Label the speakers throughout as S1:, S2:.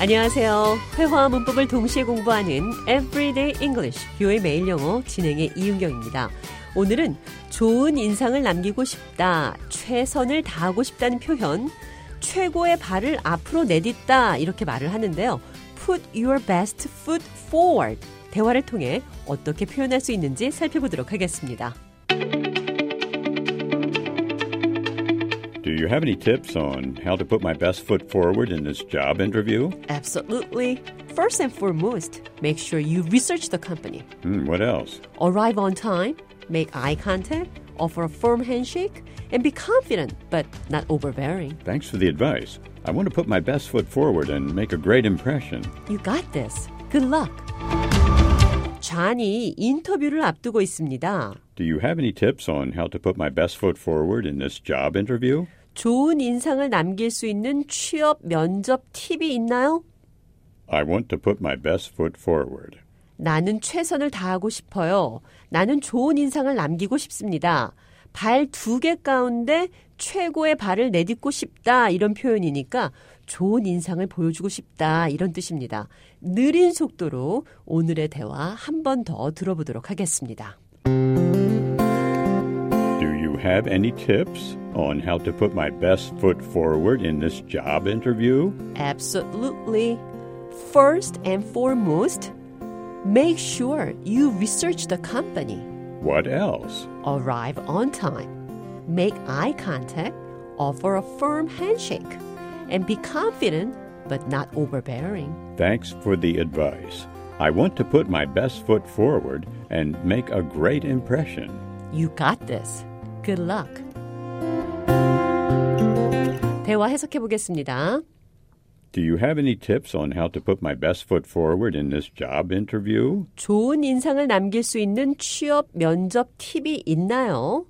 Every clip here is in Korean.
S1: 안녕하세요. 회화와 문법을 동시에 공부하는 Everyday English, 뷰의 매일 영어 진행의 이은경입니다. 오늘은 좋은 인상을 남기고 싶다, 최선을 다하고 싶다는 표현, 최고의 발을 앞으로 내딛다 이렇게 말을 하는데요. Put your best foot forward. 대화를 통해 어떻게 표현할 수 있는지 살펴보도록 하겠습니다.
S2: Do you have any tips on how to put my best foot forward in this job interview?
S1: Absolutely. First and foremost, make sure you research the company.
S2: Hmm, what else?
S1: arrive on time, make eye contact, offer a firm handshake, and be confident but not overbearing.
S2: Thanks for the advice. I want to put my best foot forward and make a great impression.
S1: You got this. Good luck. 잔이 인터뷰를 앞두고 있습니다.
S2: Do you have any tips on how to put my best foot forward in this job interview?
S1: 좋은 인상을 남길 수 있는 취업 면접 팁이 있나요?
S2: I want to put my best foot forward.
S1: 나는 최선을 다하고 싶어요. 나는 좋은 인상을 남기고 싶습니다. 발 두 개 가운데 최고의 발을 내딛고 싶다 이런 표현이니까 좋은 인상을 보여주고 싶다 이런 뜻입니다. 느린 속도로 오늘의 대화 한 번 더 들어보도록 하겠습니다.
S2: Do you have any tips on how to put my best foot forward in this job interview?
S1: Absolutely. First and foremost, make sure you research the company.
S2: What else?
S1: arrive on time, make eye contact, offer a firm handshake, and be confident but not overbearing.
S2: Thanks for the advice. I want to put my best foot forward and make a great impression.
S1: You got this. Good luck. 대화 해석해 보겠습니다.
S2: Do you have any tips on how to put my best foot forward in this job interview?
S1: 좋은 인상을 남길 수 있는 취업 면접 팁이 있나요?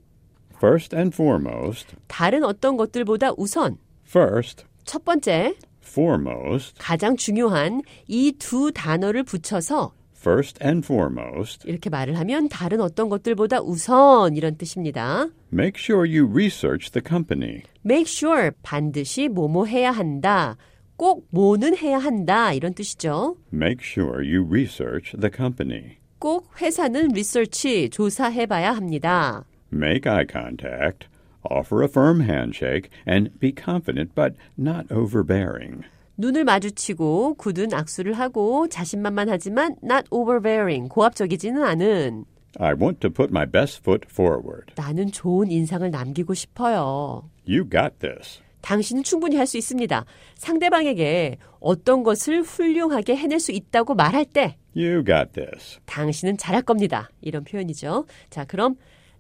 S2: First and foremost,
S1: 다른 어떤 것들보다 우선
S2: first,
S1: 첫 번째,
S2: foremost,
S1: 가장 중요한 이 두 단어를 붙여서
S2: first and foremost,
S1: 이렇게 말을 하면 다른 어떤 것들보다 우선 이런 뜻입니다.
S2: make sure you research the company.
S1: Make sure 반드시 뭐뭐 해야 한다. 꼭 뭐는 해야 한다. 이런 뜻이죠.
S2: Make sure you research the company.
S1: 꼭 회사는 리서치 조사해 봐야 합니다.
S2: Make eye contact, offer a firm handshake, and be confident but not overbearing.
S1: 눈을 마주치고 굳은 악수를 하고 자신만만하지만 not overbearing 고압적이지는 않은
S2: I want to put my best foot forward.
S1: 나는 좋은 인상을 남기고 싶어요.
S2: You got this.
S1: 당신은 충분히 할 수 있습니다. 상대방에게 어떤 것을 훌륭하게 해낼 수 있다고 말할 때
S2: You got this.
S1: 당신은 잘할 겁니다. 이런 표현이죠. 자, 그럼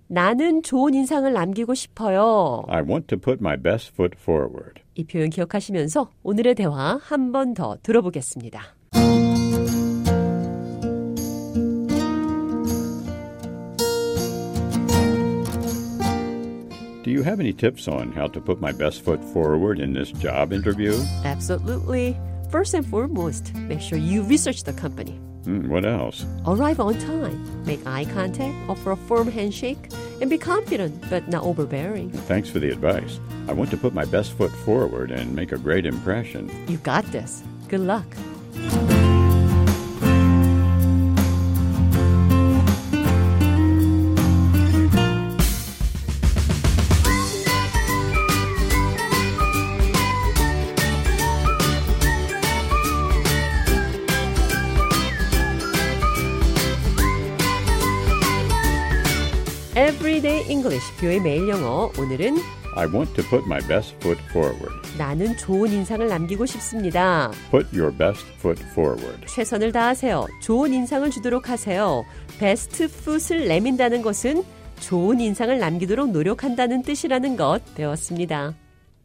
S1: 나는 좋은 인상을 남기고 싶어요.
S2: I want to put my best foot forward.
S1: 이 표현 기억하시면서 오늘의 대화 한 번 더 들어보겠습니다.
S2: Do you have any tips on how to put my best foot forward in this job interview?
S1: Absolutely. First and foremost, make sure you research the company.
S2: Hmm, what else?
S1: Arrive on time. Make eye contact. Offer a firm handshake. And be confident, but not overbearing.
S2: Thanks for the advice. I want to put my best foot forward and make a great impression.
S1: You got this. Good luck. Everyday English, 뷰의 매일 영어. 오늘은
S2: I want to put my best foot forward.
S1: 나는 좋은 인상을 남기고 싶습니다.
S2: Put your best foot forward.
S1: 최선을 다하세요. 좋은 인상을 주도록 하세요. 베스트 풋을 내민다는 것은 좋은 인상을 남기도록 노력한다는 뜻이라는 것 배웠습니다.